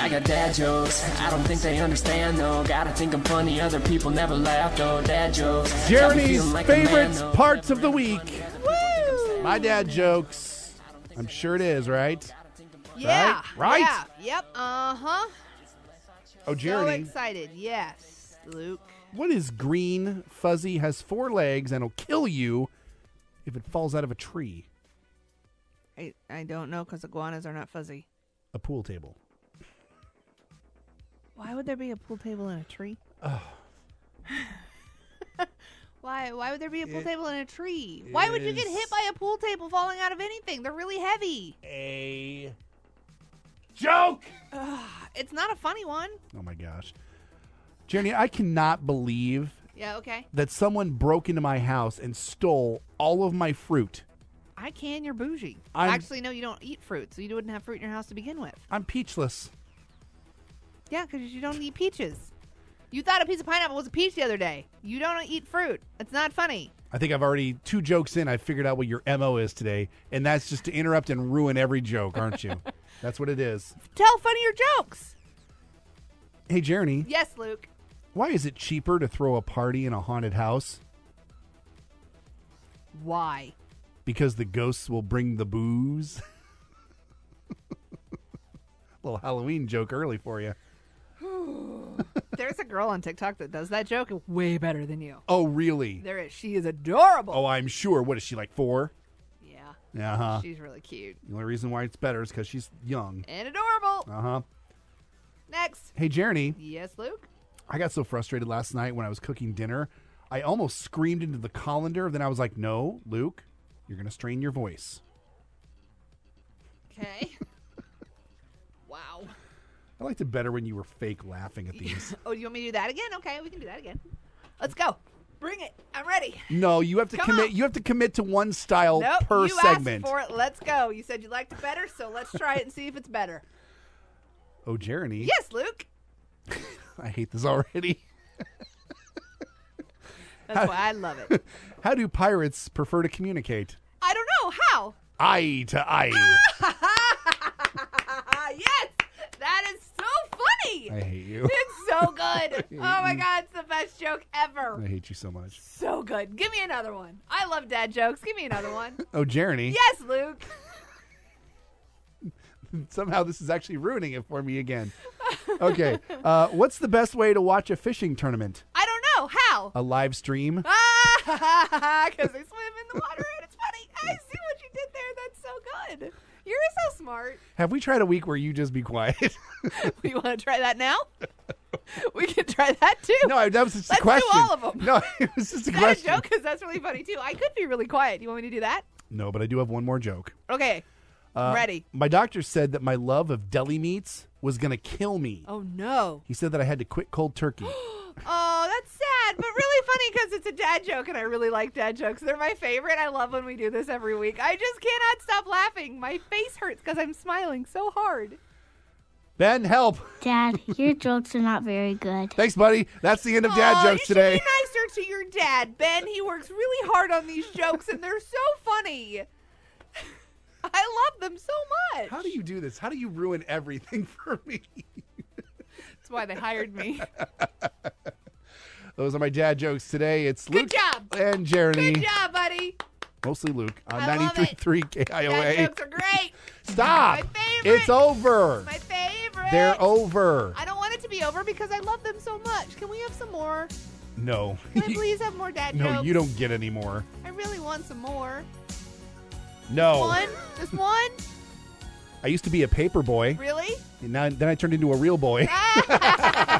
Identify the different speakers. Speaker 1: I got dad jokes. I don't think they understand though. Gotta think I'm funny. Other people never laugh though. Dad jokes. Got me
Speaker 2: Jeremy's
Speaker 1: feeling like a man,
Speaker 2: favorite
Speaker 1: though.
Speaker 2: parts of the week. My dad jokes. I'm sure it is, right?
Speaker 3: Yeah.
Speaker 2: Right?
Speaker 3: Yeah. Yep. Uh huh.
Speaker 2: Oh,
Speaker 3: So
Speaker 2: Jeremy,
Speaker 3: excited. Yes, Luke.
Speaker 2: what is green, fuzzy, has four legs, and will kill you if it falls out of a tree?
Speaker 3: I, I don't know because iguanas are not fuzzy.
Speaker 2: A pool table.
Speaker 3: Why would there be a pool table in a tree? why why would there be a pool table in a tree? Why would you get
Speaker 2: is-
Speaker 3: hit by a pool table falling out of anything? They're really heavy.
Speaker 2: A joke.
Speaker 3: It's not a funny one.
Speaker 2: Oh my gosh. Jeremy, I cannot believe
Speaker 3: Yeah, okay.
Speaker 2: that someone broke into my house and stole all of my fruit.
Speaker 3: I can, you're bougie.
Speaker 2: I'm-
Speaker 3: Actually, no, you don't eat fruit, so you wouldn't have fruit in your house to begin with.
Speaker 2: I'm peachless.
Speaker 3: Yeah, because you don't eat peaches. You thought a piece of pineapple was a peach the other day. You don't eat fruit. It's not funny.
Speaker 2: I think I've already two jokes in. I figured out what your MO is today, and that's just to interrupt and ruin every joke, aren't you? that's what it is.
Speaker 3: Tell funnier jokes.
Speaker 2: Hey, Jeremy,
Speaker 3: Yes, Luke.
Speaker 2: why is it cheaper to throw a party in a haunted house?
Speaker 3: Why?
Speaker 2: Because the ghosts will bring the booze. Little Halloween joke early for you.
Speaker 3: There's a girl on TikTok that does that joke way better than you.
Speaker 2: Oh, really?
Speaker 3: There is. She is adorable.
Speaker 2: Oh, I'm sure. What is she like four?
Speaker 3: Yeah.
Speaker 2: Uh huh.
Speaker 3: She's really cute
Speaker 2: The only reason why it's better is because she's young.
Speaker 3: and adorable.
Speaker 2: Uh huh.
Speaker 3: Next.
Speaker 2: Hey, Jeremy,
Speaker 3: Yes, Luke.
Speaker 2: I got so frustrated last night when I was cooking dinner. I almost screamed into the colander. Then I was like, no, Luke, you're going to strain your voice.
Speaker 3: Okay. wow.
Speaker 2: I liked it better when you were fake laughing at these.
Speaker 3: Oh, do you want me to do that again? Okay, we can do that again. Let's go. Bring it. I'm ready.
Speaker 2: no, you have to
Speaker 3: Come
Speaker 2: commit.
Speaker 3: on.
Speaker 2: You have to commit to one style
Speaker 3: Nope.
Speaker 2: per
Speaker 3: you
Speaker 2: segment.
Speaker 3: asked for it. Let's go. You said you liked it better, so let's try it and see if it's better.
Speaker 2: oh, Jeremy,
Speaker 3: Yes, Luke.
Speaker 2: I hate this already.
Speaker 3: That's why I love it.
Speaker 2: How do pirates prefer to communicate?
Speaker 3: I don't know how.
Speaker 2: Eye to eye.
Speaker 3: Ah! Uh, yes, that is so funny.
Speaker 2: I hate you.
Speaker 3: It's so good. oh my god, it's the best joke ever.
Speaker 2: I hate you so much.
Speaker 3: So good. Give me another one. I love dad jokes. Give me another one.
Speaker 2: Oh, Jeremy,
Speaker 3: Yes, Luke.
Speaker 2: somehow this is actually ruining it for me again. Okay, uh, what's the best way to watch a fishing tournament?
Speaker 3: I don't know how.
Speaker 2: A live stream?
Speaker 3: Ah, because they swim in the water and it's funny. I see what you did there. That's so good. You're so smart.
Speaker 2: Have we tried a week where you just be quiet?
Speaker 3: We want to try that now? We can try that too.
Speaker 2: no, I- that was just
Speaker 3: Let's
Speaker 2: a
Speaker 3: do
Speaker 2: question.
Speaker 3: all of 'em.
Speaker 2: No, it was just a
Speaker 3: Is that a
Speaker 2: question.
Speaker 3: joke? Because that's really funny too. I could be really quiet. You want me to do that?
Speaker 2: No, but I do have one more joke.
Speaker 3: Okay.
Speaker 2: Uh,
Speaker 3: I'm ready.
Speaker 2: My doctor said that my love of deli meats was going to kill me.
Speaker 3: Oh no.
Speaker 2: He said that I had to quit cold turkey.
Speaker 3: Oh, that's sad, but really funny because it's a dad joke, and I really like dad jokes. They're my favorite. I love when we do this every week. I just cannot stop laughing. My face hurts because I'm smiling so hard.
Speaker 2: ben, help.
Speaker 4: Dad, your jokes are not very good.
Speaker 2: Thanks, buddy. That's the end of dad
Speaker 3: Aw,
Speaker 2: jokes
Speaker 3: you should
Speaker 2: today.
Speaker 3: Be nicer to your dad, Ben. He works really hard on these jokes, and they're so funny. I love them so much.
Speaker 2: How do you do this? How do you ruin everything for me?
Speaker 3: That's why they hired me.
Speaker 2: Those are my dad jokes today. It's Luke
Speaker 3: job.
Speaker 2: and Jeremy.
Speaker 3: Good job, buddy.
Speaker 2: Mostly Luke on
Speaker 3: I love
Speaker 2: 93.3
Speaker 3: Dad
Speaker 2: KIOA.
Speaker 3: jokes are great.
Speaker 2: Stop.
Speaker 3: My favorite.
Speaker 2: It's over.
Speaker 3: My favorite.
Speaker 2: They're over.
Speaker 3: I don't want it to be over because I love them so much. Can we have some more?
Speaker 2: No.
Speaker 3: Can I please have more dad
Speaker 2: No,
Speaker 3: jokes?
Speaker 2: you don't get any more.
Speaker 3: I really want some more.
Speaker 2: No.
Speaker 3: One? Just one?
Speaker 2: I used to be a paper boy.
Speaker 3: Really?
Speaker 2: And now, then I turned into a real boy.
Speaker 3: Ah!